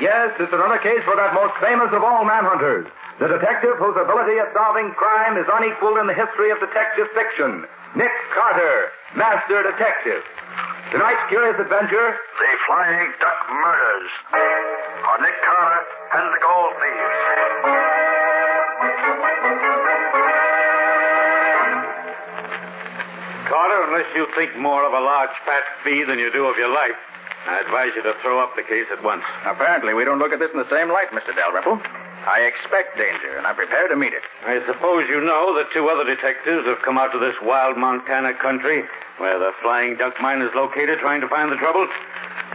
Yes, it's another case for that most famous of all manhunters, the detective whose ability at solving crime is unequaled in the history of detective fiction, Nick Carter, Master Detective. Tonight's curious adventure, The Flying Duck Murders. On Nick Carter and the Gold Thieves. Carter, unless you think more of a large fat fee than you do of your life, I advise you to throw up the case at once. Apparently, we don't look at this in the same light, Mr. Dalrymple. I expect danger, and I'm prepared to meet it. I suppose you know that two other detectives have come out to this wild Montana country where the Flying Duck Mine is located trying to find the trouble.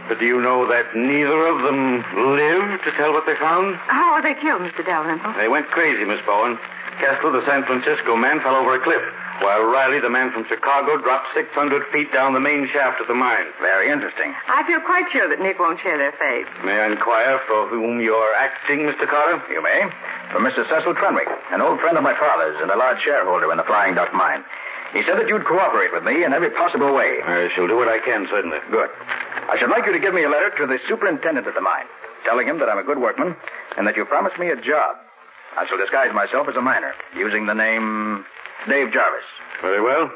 But do you know that neither of them lived to tell what they found? How were they killed, Mr. Dalrymple? They went crazy, Miss Bowen. Kessler, the San Francisco man, fell over a cliff, while Riley, the man from Chicago, dropped 600 feet down the main shaft of the mine. Very interesting. I feel quite sure that Nick won't share their fate. May I inquire for whom you're acting, Mr. Carter? You may. From Mr. Cecil Trenwick, an old friend of my father's and a large shareholder in the Flying Duck Mine. He said that you'd cooperate with me in every possible way. I shall do what I can, certainly. Good. I should like you to give me a letter to the superintendent of the mine, telling him that I'm a good workman and that you promised me a job. I shall disguise myself as a miner, using the name Dave Jarvis. Very well.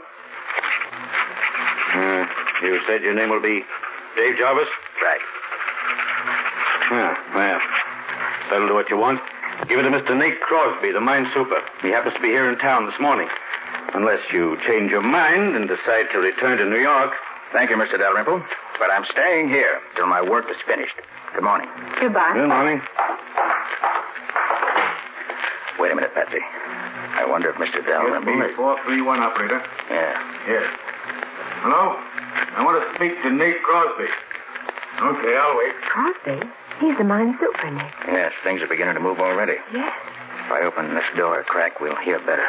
Uh, you said your name will be Dave Jarvis? Right. Yeah, well. That'll do what you want. Give it to Mr. Nate Crosby, the mine super. He happens to be here in town this morning. Unless you change your mind and decide to return to New York. Thank you, Mr. Dalrymple. But I'm staying here till my work is finished. Good morning. Goodbye. Good morning. Wait a minute, Patsy. I wonder if Mr. Dalrymple. is- 431, operator. Yeah. Yes. Hello? I want to speak to Nate Crosby. Okay, I'll wait. Crosby? He's the mine super, Nick. Yes, things are beginning to move already. Yes. If I open this door a crack, we'll hear better.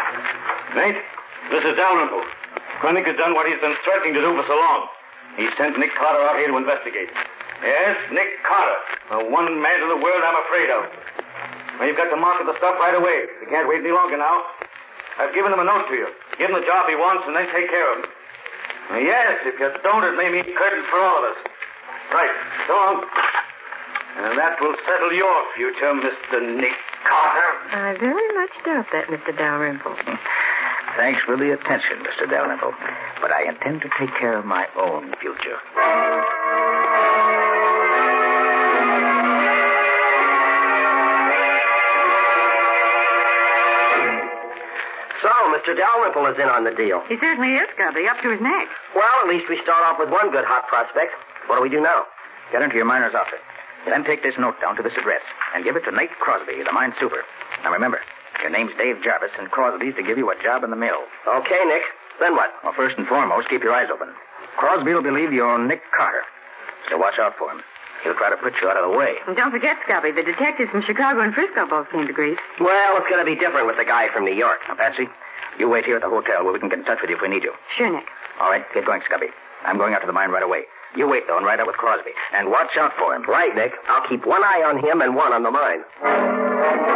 Nate, this is Dalrymple. Krennick has done what he's been threatening to do for so long. He sent Nick Carter out here to investigate. Yes, Nick Carter, the one man in the world I'm afraid of. Well, you've got to market the stuff right away. We can't wait any longer now. I've given him a note to you. Give him the job he wants and then take care of him. Uh, Yes, if you don't, it may mean curtains for all of us. Right, so long. And that will settle your future, Mr. Nick Carter. I very much doubt that, Mr. Dalrymple. Thanks for the attention, Mr. Dalrymple. But I intend to take care of my own future. So, Mr. Dalrymple is in on the deal. He certainly is, Gubby, up to his neck. Well, at least we start off with one good hot prospect. What do we do now? Get into your miner's outfit. Then take this note down to this address and give it to Nate Crosby, the mine super. Now remember, your name's Dave Jarvis, and Crosby's to give you a job in the mill. Okay, Nick. Then what? Well, first and foremost, keep your eyes open. Crosby will believe you're Nick Carter. So watch out for him. He'll try to put you out of the way. And don't forget, Scubby, the detectives from Chicago and Frisco both came to Greece. Well, it's going to be different with the guy from New York. Now, Patsy, you wait here at the hotel where we can get in touch with you if we need you. Sure, Nick. All right, get going, Scubby. I'm going out to the mine right away. You wait, though, and ride out with Crosby. And watch out for him. Right, Nick. I'll keep one eye on him and one on the mine.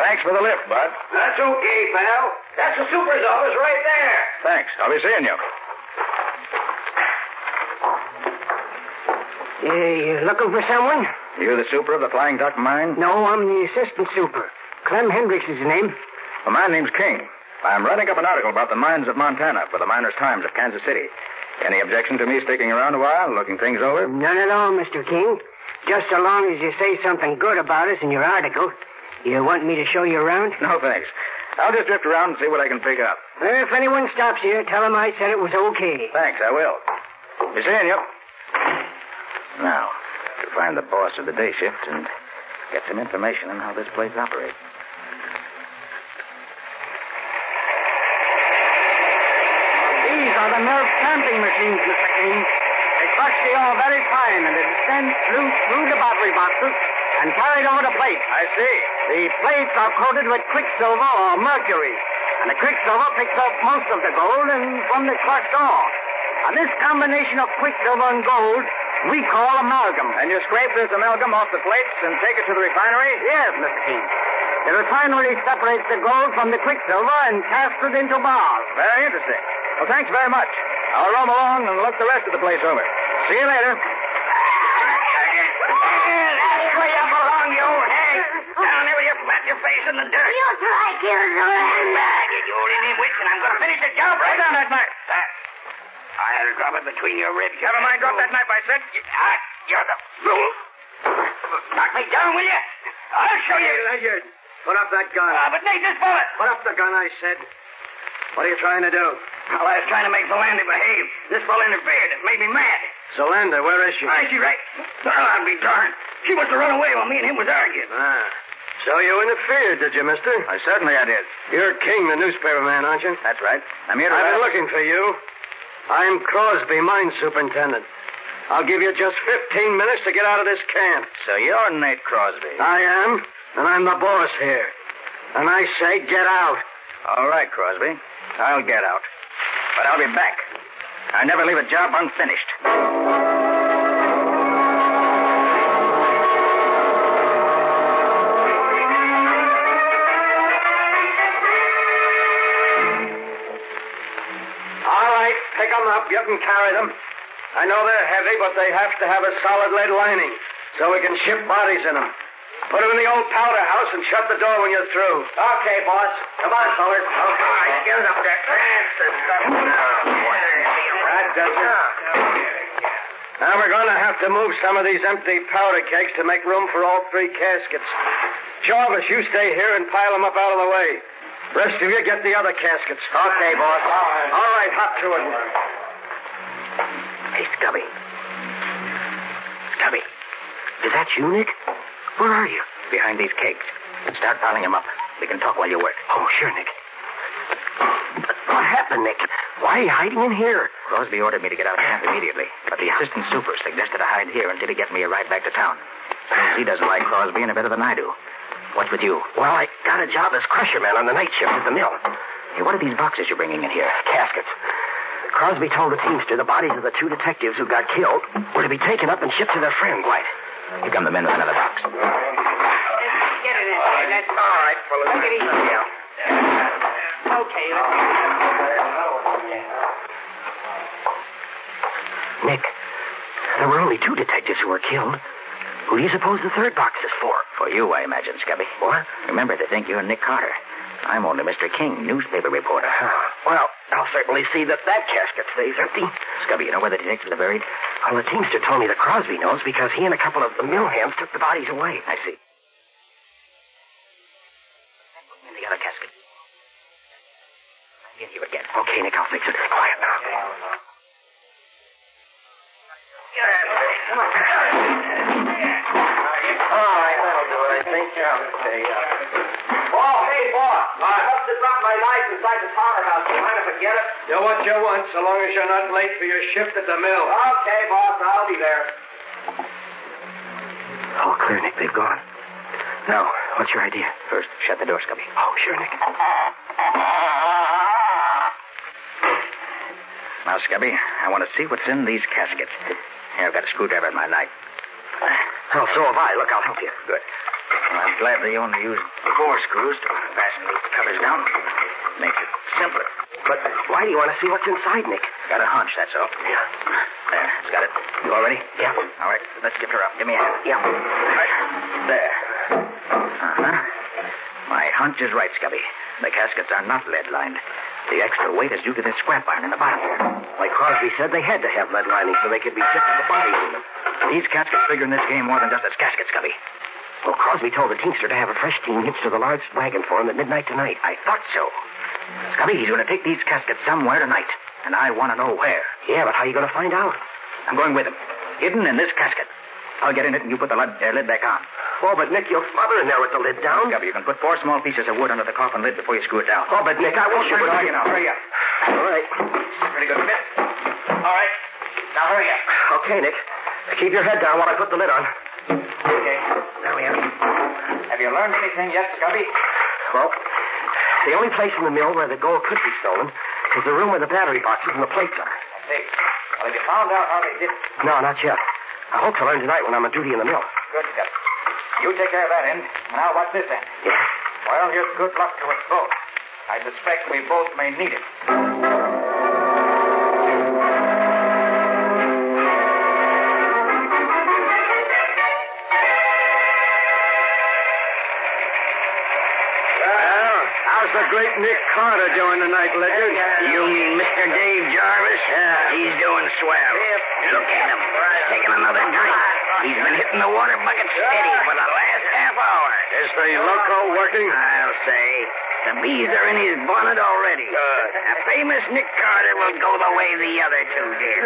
Thanks for the lift, Bud. That's okay, pal. That's the super's office right there. Thanks. I'll be seeing you. Hey, you looking for someone? You the super of the Flying Duck Mine? No, I'm the assistant super. Clem Hendricks is the name. Well, my name's King. I'm writing up an article about the mines of Montana for the Miners' Times of Kansas City. Any objection to me sticking around a while, looking things over? None at all, Mr. King. Just so long as you say something good about us in your article. You want me to show you around? No, thanks. I'll just drift around and see what I can pick up. Well, if anyone stops here, tell him I said it was okay. Thanks, I will. Be seeing you. Now, to find the boss of the day shift and get some information on how this place operates. These are the mill stamping machines, Mr. King. They crush the ore very fine, and it is sent through, through the battery boxes and carried over to plates. I see. The plates are coated with quicksilver or mercury, and the quicksilver picks up most of the gold and from the crushed ore. And this combination of quicksilver and gold we call amalgam. And you scrape this amalgam off the plates and take it to the refinery? Yes, Mr. King. The refinery separates the gold from the quicksilver and casts it into bars. Very interesting. Well, thanks very much. I'll roam along and look the rest of the place over. See you later. That's where you belong, you old hag. Down there where you flat your face in the dirt. You try, Get Gilderoy. back, you old Indian witch, and I'm going to finish the job right down that knife. Uh, I'll drop it between your ribs. Never mind, drop that knife, I said. You, uh, you're the fool. Knock me down, will you? I'll show you. Ledyard, put up that gun. Uh, but Nate, this bullet. Put up the gun, I said. What are you trying to do? Well, I was trying to make Philander behave. This fellow interfered. It made me mad. Solander, where is she? I she right. Well, I'll be darned. She must have run away while me and him was arguing. Ah. So you interfered, did you, mister? I certainly I did. You're King, the newspaper man, aren't you? That's right. I'm here to... I've been looking for you. I'm Crosby, mine superintendent. I'll give you just 15 minutes to get out of this camp. So you're Nate Crosby. I am, and I'm the boss here. And I say, get out. All right, Crosby. I'll get out. But I'll be back. I never leave a job unfinished. All right, pick 'em up. You can carry them. I know they're heavy, but they have to have a solid lead lining so we can ship bodies in 'em. Put 'em in the old powder house and shut the door when you're through. Okay, boss. Come on, fellas. All right, get up there. Answer stuff. That does it. Now we're going to have to move some of these empty powder kegs to make room for all three caskets. Jarvis, you stay here and pile 'em up out of the way. Rest of you get the other caskets. Okay, boss. All right, hop to it. Hey, Scubby. Scubby, is that you, Nick? Where are you? Behind these cakes. Start piling them up. We can talk while you work. Oh, sure, Nick. What happened, Nick? Why are you hiding in here? Crosby ordered me to get out of camp immediately, but the assistant super suggested I hide here until he get me a ride back to town. Seems he doesn't like Crosby any better than I do. What's with you? Well, I got a job as crusher man on the night shift at the mill. Hey, what are these boxes you're bringing in here? Caskets. Crosby told the teamster the bodies of the two detectives who got killed were to be taken up and shipped to their friend, White. Here come the men with another box. Get it in there. That's all right, fellas. Take it easy now. Okay, let's Nick, there were only two detectives who were killed. Who do you suppose the third box is for? For you, I imagine, Scubby. What? Remember, they think you're Nick Carter. I'm only Mr. King, newspaper reporter. Well, I'll certainly see that that casket stays empty. Scubby, you know where the detectives are buried? Well, the teamster told me that Crosby knows because he and a couple of the mill hands took the bodies away. I see. In the other casket. I'm in here again. Okay, Nick, I'll fix it. Quiet now. All right, that'll do it, I think. Yeah, okay, yeah. Oh, hey, boss. I have to drop my knife inside the powder house. You mind if I get it? Do what you want, so long as you're not late for your shift at the mill. Okay, boss. I'll be there. All clear, Nick. They've gone. Now, what's your idea? First, shut the door, Scubby. Oh, sure, Nick. Now, Scubby, I want to see what's in these caskets. Here, I've got a screwdriver in my knife. Well, so have I. Look, I'll help you. Good. Well, I'm glad they only used four screws to fasten these covers down. Makes it simpler. But why do you want to see what's inside, Nick? Got a hunch, that's all. Yeah. There, it's got it. You all ready? Yeah. All right, let's get her up. Give me a hand. Yeah. All right. There. Uh-huh. My hunch is right, Scubby. The caskets are not lead-lined. The extra weight is due to this scrap iron in the bottom. Like Crosby said, they had to have lead lining so they could be shipped with the bodies in them. These caskets figure in this game more than just as caskets, Scubby. Well, Crosby told the teamster to have a fresh team hitched to the large wagon for him at midnight tonight. I thought so. Scubby, he's going to take these caskets somewhere tonight, and I want to know where. Yeah, but how are you going to find out? I'm going with him. Hidden in this casket. I'll get in it and you put the lid, uh, lid back on. Oh, but Nick, you'll smother in there with the lid down. Gubby, you can put four small pieces of wood under the coffin lid before you screw it down. Oh, but Nick, I won't. Sure, you I'll get out. Hurry up. All right. Pretty good fit. All right. Now hurry up. Okay, Nick. Keep your head down while I put the lid on. Okay. There we are. Have you learned anything yet, Scubby? Well, the only place in the mill where the gold could be stolen is the room where the battery boxes and the plates are. Hey, well, have you found out how they did it? No, not yet. I hope to learn tonight when I'm on duty in the mill. Good stuff. You take care of that end, and I'll watch this end. Yeah. Well, here's good luck to us both. I suspect we both may need it. How's the great Nick Carter doing tonight, Ledger? You mean Mr. Dave Jarvis? Yeah. He's doing swell. Look at him. Taking another drink. He's been hitting the water bucket steady for the last half hour. Is the loco working? I'll say. The bees are in his bonnet already. Oh, A famous Nick Carter will go the way the other two did.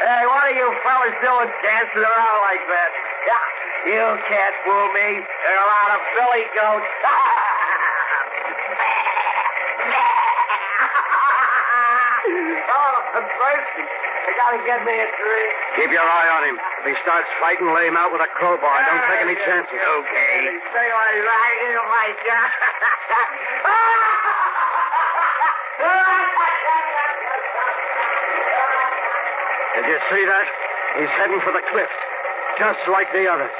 Hey, what are you fellas doing dancing around like that? You can't fool me. They're a lot of billy goats. oh, I'm thirsty. They gotta get me a drink. Keep your eye on him. If he starts fighting, lay him out with a crowbar. Don't take any chances. Okay. Say what I like, you know, my God. Did you see that? He's heading for the cliffs, just like the others.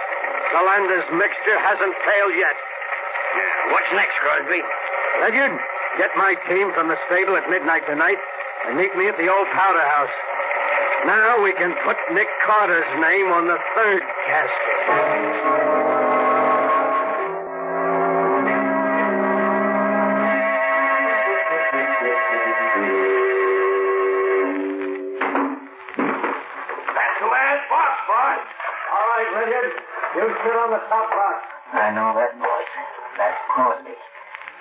Solander's mixture hasn't failed yet. What's next, Crosby? Ledyard, get my team from the stable at midnight tonight and meet me at the old powder house. Now we can put Nick Carter's name on the third casket. That's the last box, boss. All right, Ledyard. You sit on the top box. I know that voice. That's Crosby.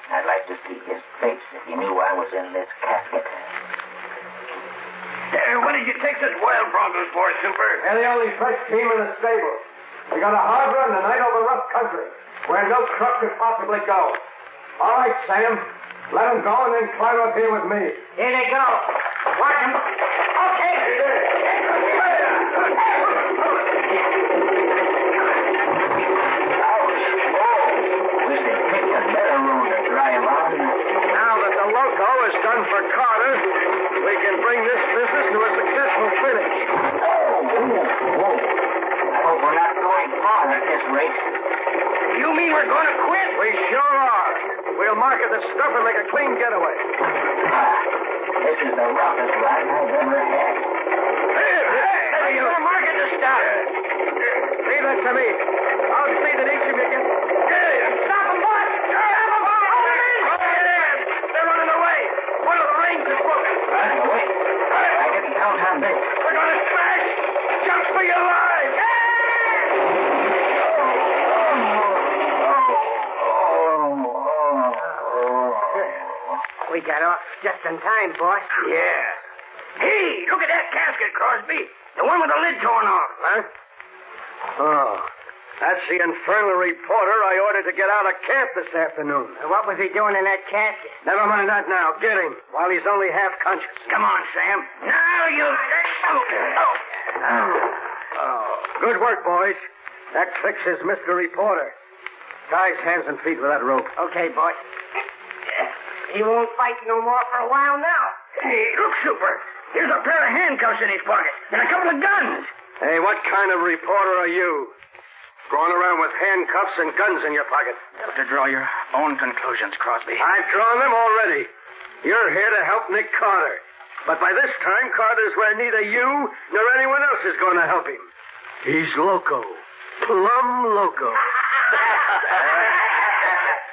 I'd like to see his face if he knew I was in this casket. Hey, what did you take this wild bronco for, Super? They're the only fresh team in the stable. We got a hard run tonight over rough country where no truck could possibly go. All right, Sam. Let 'em go and then climb up here with me. Here they go. Watch 'em. Okay. Now that the loco is done for Carter, we can bring this business to a successful finish. You mean we're going to quit? We sure are. We'll market the stuff and make a clean getaway. This is the roughest ride I've ever had. Hey, you going to market the stuff. Leave that to me. I'll see that each of you gets Stop them, boss! Stop them, boss! Hold them in! They're running away. One of the reins is broken. I didn't count how big. We're going to smash. Jump for your lives. We got off just in time, boss. Yeah. Hey, look at that casket, Crosby. The one with the lid torn off. Huh? Oh, that's the infernal reporter I ordered to get out of camp this afternoon. What was he doing in that casket? Never mind that now. Get him while he's only half conscious. Come on, Sam. Now you... Oh. Oh, good work, boys. That fixes Mr. Reporter. Ties hands and feet with that rope. Okay, boss. He won't fight no more for a while now. Hey, look, Super. Here's a pair of handcuffs in his pocket and a couple of guns. Hey, what kind of reporter are you? Going around with handcuffs and guns in your pocket. You have to draw your own conclusions, Crosby. I've drawn them already. You're here to help Nick Carter. But by this time, Carter's where neither you nor anyone else is going to help him. He's loco. Plum loco.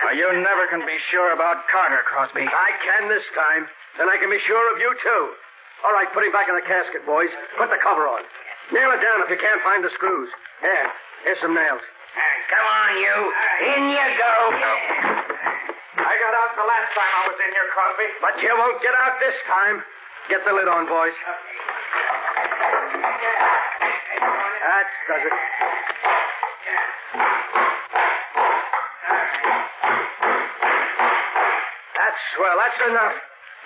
Well, you never can be sure about Carter, Crosby. I can this time, and I can be sure of you, too. All right, put him back in the casket, boys. Put the cover on. Nail it down if you can't find the screws. Here, here's some nails. Uh, come on, you. In you go. I got out the last time I was in here, Crosby. But you won't get out this time. Get the lid on, boys. That does it. That's swell. That's enough.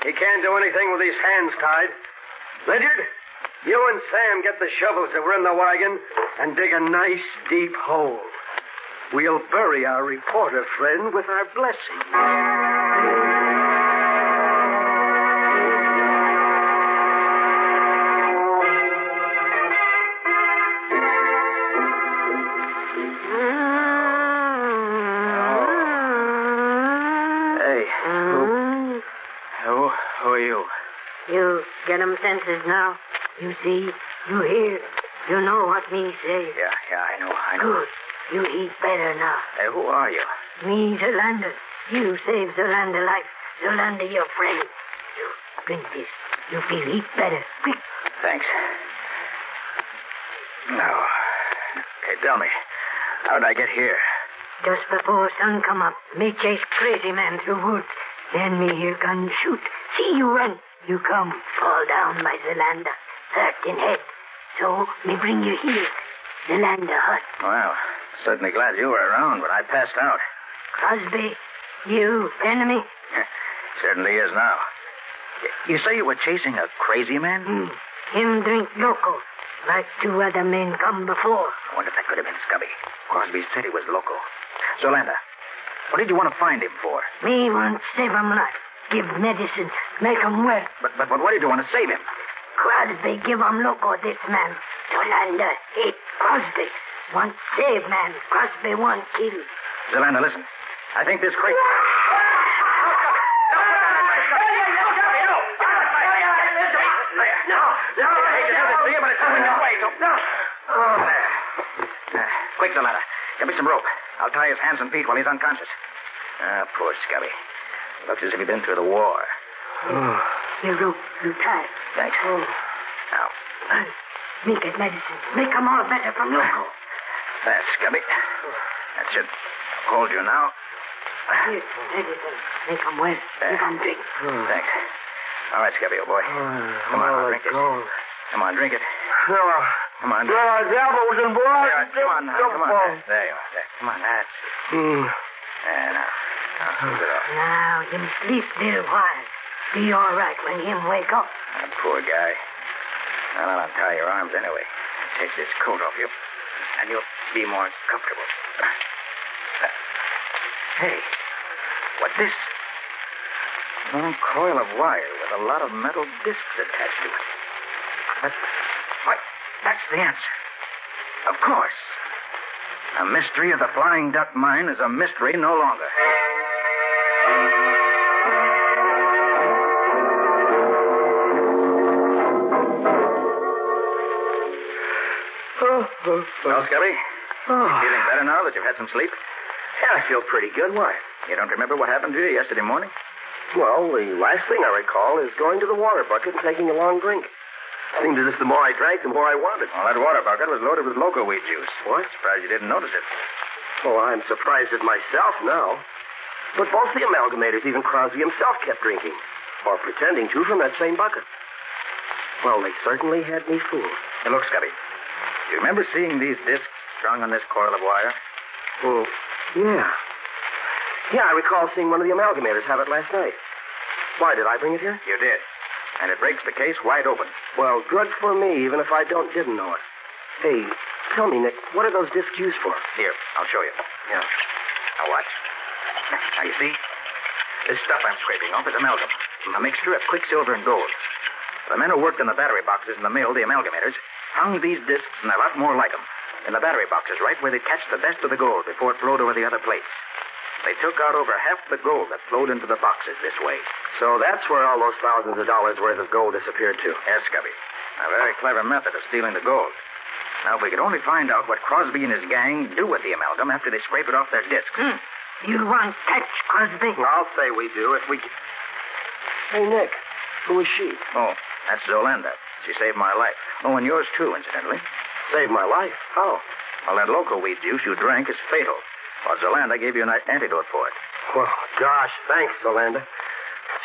He can't do anything with his hands tied. Ledyard, you and Sam get the shovels that were in the wagon and dig a nice deep hole. We'll bury our reporter friend with our blessing. Mm, senses now. You see, you hear, you know what me say. Yeah, yeah, I know, I know. Good. You eat better now. Hey, who are you? Me, Zolander. You save Zolander life. Zolander, your friend. You drink this. You feel eat better. Quick. Thanks. No. Hey, tell me, how'd I get here? Just before sun come up, me chase crazy man through woods. Then me hear gun shoot. See you run. You come, fall down by Zolander. Hurt in head. So me bring you here. Zolander hurt. Well, certainly glad you were around, but I passed out. Crosby, you enemy? certainly is now. You say you were chasing a crazy man? Hmm. Him drink loco. Like two other men come before. I wonder if that could have been Scubby. Crosby said he was loco. Zolander, what did you want to find him for? Me want save him life. Give medicine. Make him well. But, but, but what did you want to save him? Crosby give him loco, this man. Zolander hate Crosby. Want save man. Crosby want kill. Zolander, listen. I think this crazy... Quick, Zolanda. Get me some rope. I'll tie his hands and feet while he's unconscious. Ah, poor Scubby. Looks as if he'd been through the war. Here, rope. You tie it. Thanks. Oh. Now. Make it medicine. Make them all better from loco. There, Scubby. That should hold you now. Here, medicine. Make them well. Make them drink. Thanks. All right, Scubby, old boy. Come on, I'll drink this. Come on, drink it. No. Come on. No, his elbows and blood. There, come on, now, come on. Hmm. There, there you are. There. Come on, that's it. Mm. There, now. Now, scoop it off. Now, him sleep little while. Be all right when him wake up. That poor guy. Now, I'll untie your arms anyway. Take this coat off you, and you'll be more comfortable. Hey, what's this? Long coil of wire with a lot of metal discs attached to it. That, why, that's the answer. Of course. The mystery of the Flying Duck Mine is a mystery no longer. Oh, Well, Scubby, feeling better now that you've had some sleep? Yeah, I feel pretty good. Why? You don't remember what happened to you yesterday morning? Well, the last thing I recall is going to the water bucket and taking a long drink. Seemed as if the more I drank, the more I wanted. Well, that water bucket was loaded with loco weed juice. What? Surprised you didn't notice it. Oh, I'm surprised at myself now. But both the amalgamators, even Crosby himself, kept drinking, or pretending to, from that same bucket. Well, they certainly had me fooled. Hey, look, Scubby. Do you remember seeing these discs strung on this coil of wire? Oh, yeah. Yeah, I recall seeing one of the amalgamators have it last night. Why, did I bring it here? You did. And it breaks the case wide open. Well, good for me, even if I don't didn't know it. Hey, tell me, Nick, what are those discs used for? Here, I'll show you. Yeah. Now watch. Now you see? This stuff I'm scraping off is amalgam. A mixture of quicksilver and gold. The men who worked in the battery boxes in the mill, the amalgamators, hung these discs and a lot more like them in the battery boxes right where they catch the best of the gold before it flowed over the other plates. They took out over half the gold that flowed into the boxes this way. So that's where all those thousands of dollars worth of gold disappeared to. Yes, Scubby. A very clever method of stealing the gold. Now, if we could only find out what Crosby and his gang do with the amalgam after they scrape it off their discs. Hmm. You want catch, Crosby? I'll say we do if we. Hey, Nick, who is she? Oh, that's Zolanda. She saved my life. Oh, and yours too, incidentally. Saved my life? Oh. How? Well, that local weed juice you drank is fatal. Well, Zolanda gave you an antidote for it. Well, gosh, thanks, Zolanda.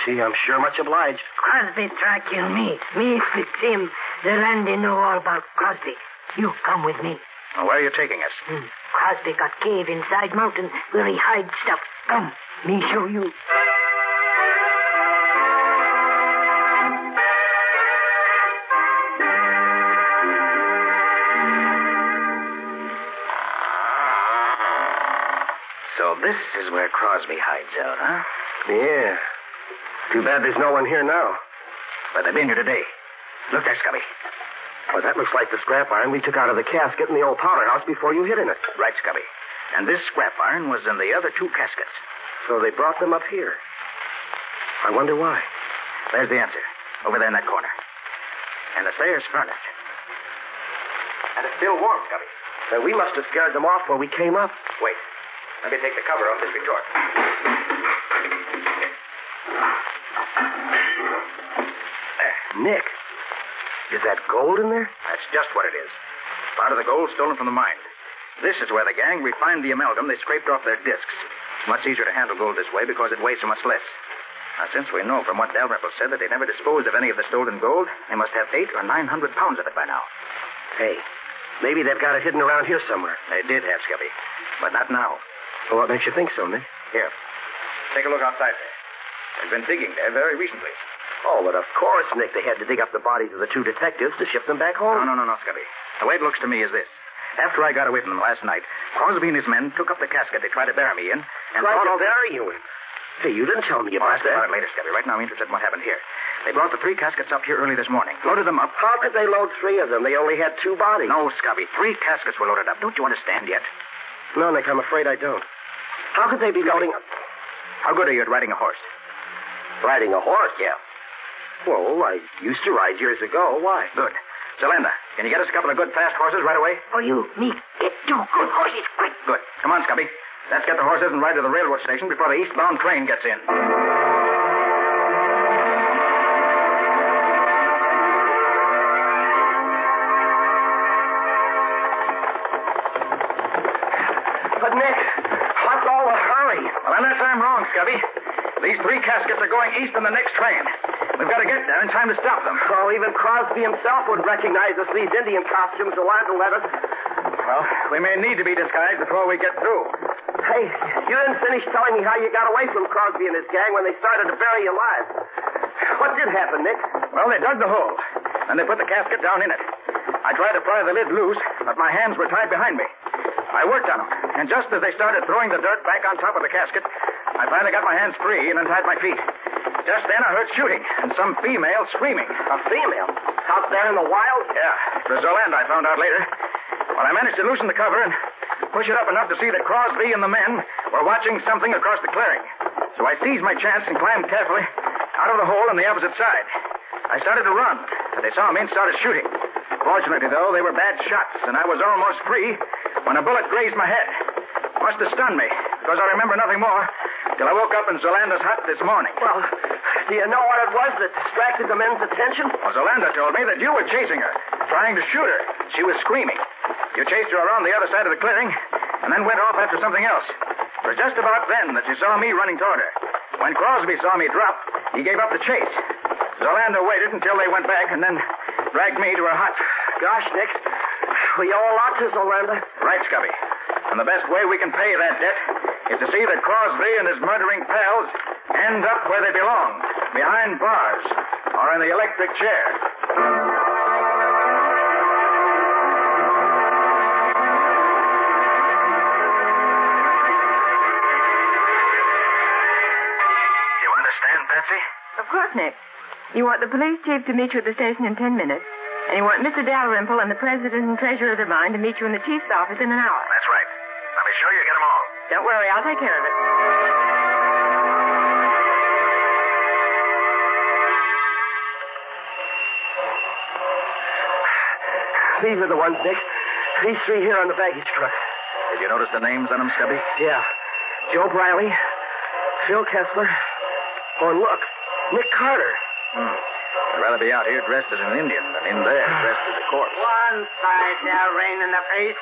Gee, I'm sure much obliged. Crosby try kill me. Me fix him. Zolanda know all about Crosby. You come with me. Well, where are you taking us? Hmm. Crosby got cave inside mountain where he hide stuff. Come, me show you. So this is where Crosby hides out, huh? Yeah. Too bad there's no one here now. But they've been here today. Look there, Scubby. Well, that looks like the scrap iron we took out of the casket in the old powder house before you hid in it. Right, Scubby. And this scrap iron was in the other two caskets. So they brought them up here. I wonder why. There's the answer. Over there in that corner. And the Sayers furnace. And it's still warm, Scubby. So we must have scared them off when we came up. Wait. Let me take the cover off this retort. Nick, is that gold in there? That's just what it is. Part of the gold stolen from the mine. This is where the gang refined the amalgam they scraped off their discs. It's much easier to handle gold this way because it weighs so much less. Now, since we know from what Dalrymple said that they never disposed of any of the stolen gold, they must have eight or nine hundred pounds of it by now. Hey, maybe they've got it hidden around here somewhere. They did have, Scubby, but not now. Well, what makes you think so, Nick? Here, take a look outside there. They've been digging there very recently. Oh, but of course, Nick, they had to dig up the bodies of the two detectives to ship them back home. No, no, no, no, Scubby. The way it looks to me is this. After I got away from them last night, Crosby and his men took up the casket they tried to bury me in and Tried brought to all the... bury you in. Hey, you didn't tell me I'll about ask you that. about it later, Scubby. Right now, I'm interested in what happened here. They brought the three caskets up here early this morning, loaded them up. How could they load three of them? They only had two bodies. No, Scubby, three caskets were loaded up. Don't you understand yet? No, Nick, I'm afraid I don't. How could they be loading up? How good are you at riding a horse? Riding a horse, yeah. Well, I used to ride years ago. Why? Good. Zelanda, can you get us a couple of good fast horses right away? For you, me, get two good horses quick. Good. Come on, Scubby. Let's get the horses and ride to the railroad station before the eastbound train gets in. But, Nick, what's all the hurry? Well, unless I'm wrong, Scubby, these three caskets are going east on the next train. We've got to get there in time to stop them. Well, even Crosby himself would recognize us in these Indian costumes Yolanda let us. Well, we may need to be disguised before we get through. Hey, you didn't finish telling me how you got away from Crosby and his gang when they started to bury you alive. What did happen, Nick? Well, they dug the hole, and they put the casket down in it. I tried to pry the lid loose, but my hands were tied behind me. I worked on them, and just as they started throwing the dirt back on top of the casket, I finally got my hands free and untied my feet. Just then, I heard shooting and some female screaming. A female? Out there in the wild? Yeah, Brazilland, I found out later. Well, I managed to loosen the cover and push it up enough to see that Crosby and the men were watching something across the clearing. So I seized my chance and climbed carefully out of the hole on the opposite side. I started to run, but they saw me and started shooting. Fortunately, though, they were bad shots, and I was almost free when a bullet grazed my head. Must have stunned me, because I remember nothing more till I woke up in Zolanda's hut this morning. Well, do you know what it was that distracted the men's attention? Well, Zolanda told me that you were chasing her, trying to shoot her. She was screaming. You chased her around the other side of the clearing and then went off after something else. It was just about then that you saw me running toward her. When Crosby saw me drop, he gave up the chase. Zolanda waited until they went back and then dragged me to her hut. Gosh, Nick, we owe a lot to Zolanda. Right, Scubby. And the best way we can pay that debt is to see that Crosby and his murdering pals end up where they belong, behind bars or in the electric chair. You understand, Patsy? Of course, Nick. You want the police chief to meet you at the station in ten minutes, and you want Mr. Dalrymple and the president and treasurer of the mine to meet you in the chief's office in an hour. That's right. I'll be sure you get them all. Don't worry, I'll take care of it. These are the ones, Nick. These three here on the baggage truck. Did you notice the names on them, Scubby? Yeah. Joe Briley, Phil Kessler, oh, and look, Nick Carter. Hmm. I'd rather be out here dressed as an Indian than in there dressed as a corpse. One side now, rain in the face.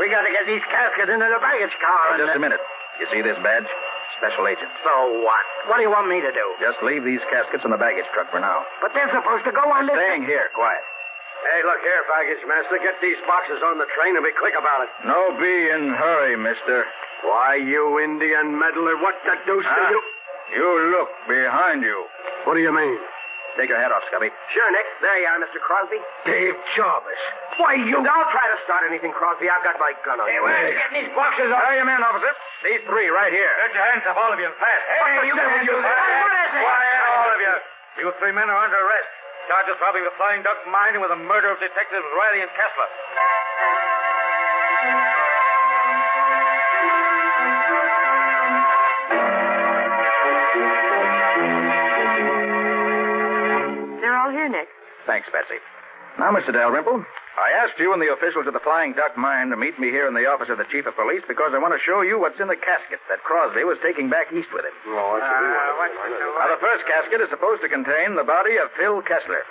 We gotta get these caskets into the baggage car. Now, just a minute. You see this badge? Special agent. So what? What do you want me to do? Just leave these caskets in the baggage truck for now. But they're supposed to go on this. Staying here, quiet. Hey, look here, baggage master. Get these boxes on the train and be quick about it. No be in hurry, mister. Why, you Indian meddler, what the deuce Huh? do you... You look behind you. What do you mean? Take your hat off, Scubby. Sure, Nick. There you are, Mr. Crosby. Dave Jarvis. Why, you... Don't try to start anything, Crosby. I've got my gun on Hey, you. where are you getting these boxes off? Where are your men, officer? These three right here. Get your hands up, all of you, and fast. Hey, you Stand can't do your that. hands. What is it? Quiet, all of you. You three men are under arrest. Charges robbing the Flying Duck Mine and with the murder of Detectives Riley and Kessler. They're all here, Nick. Thanks, Betsy. Now, Mr. Dalrymple, I asked you and the officials of the Flying Duck Mine to meet me here in the office of the Chief of Police because I want to show you what's in the casket that Crosby was taking back east with him. Oh, I should do one. Now, the first casket is supposed to contain the body of Phil Kessler.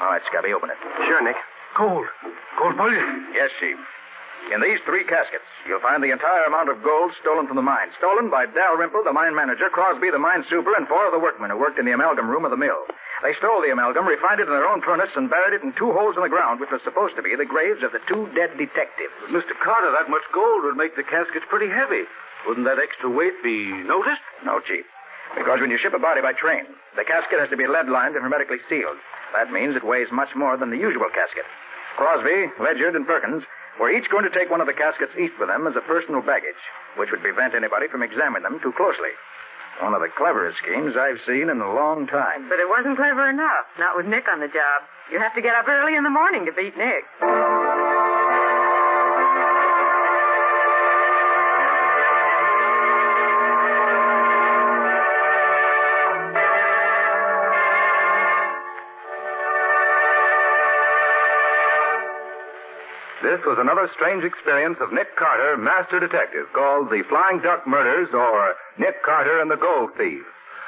All right, Scubby, open it. Sure, Nick. Gold. Gold bullion? Yes, Chief. In these three caskets, you'll find the entire amount of gold stolen from the mine. Stolen by Dalrymple, the mine manager, Crosby, the mine super, and four of the workmen who worked in the amalgam room of the mill. They stole the amalgam, refined it in their own furnace, and buried it in two holes in the ground, which was supposed to be the graves of the two dead detectives. Mr. Carter, that much gold would make the caskets pretty heavy. Wouldn't that extra weight be noticed? No, Chief. Because when you ship a body by train, the casket has to be lead lined and hermetically sealed. That means it weighs much more than the usual casket. Crosby, Ledyard, and Perkins were each going to take one of the caskets east with them as a personal baggage, which would prevent anybody from examining them too closely. One of the cleverest schemes I've seen in a long time. But it wasn't clever enough, not with Nick on the job. You have to get up early in the morning to beat Nick. This was another strange experience of Nick Carter, Master Detective, called The Flying Duck Murders or Nick Carter and the Gold Thieves.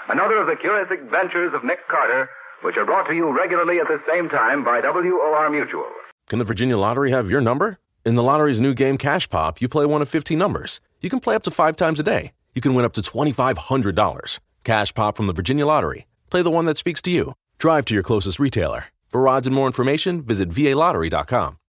Another of the curious adventures of Nick Carter, which are brought to you regularly at the same time by WOR Mutual. Can the Virginia Lottery have your number? In the lottery's new game, Cash Pop, you play one of 15 numbers. You can play up to five times a day. You can win up to $2,500. Cash Pop from the Virginia Lottery. Play the one that speaks to you. Drive to your closest retailer. For odds and more information, visit VALottery.com.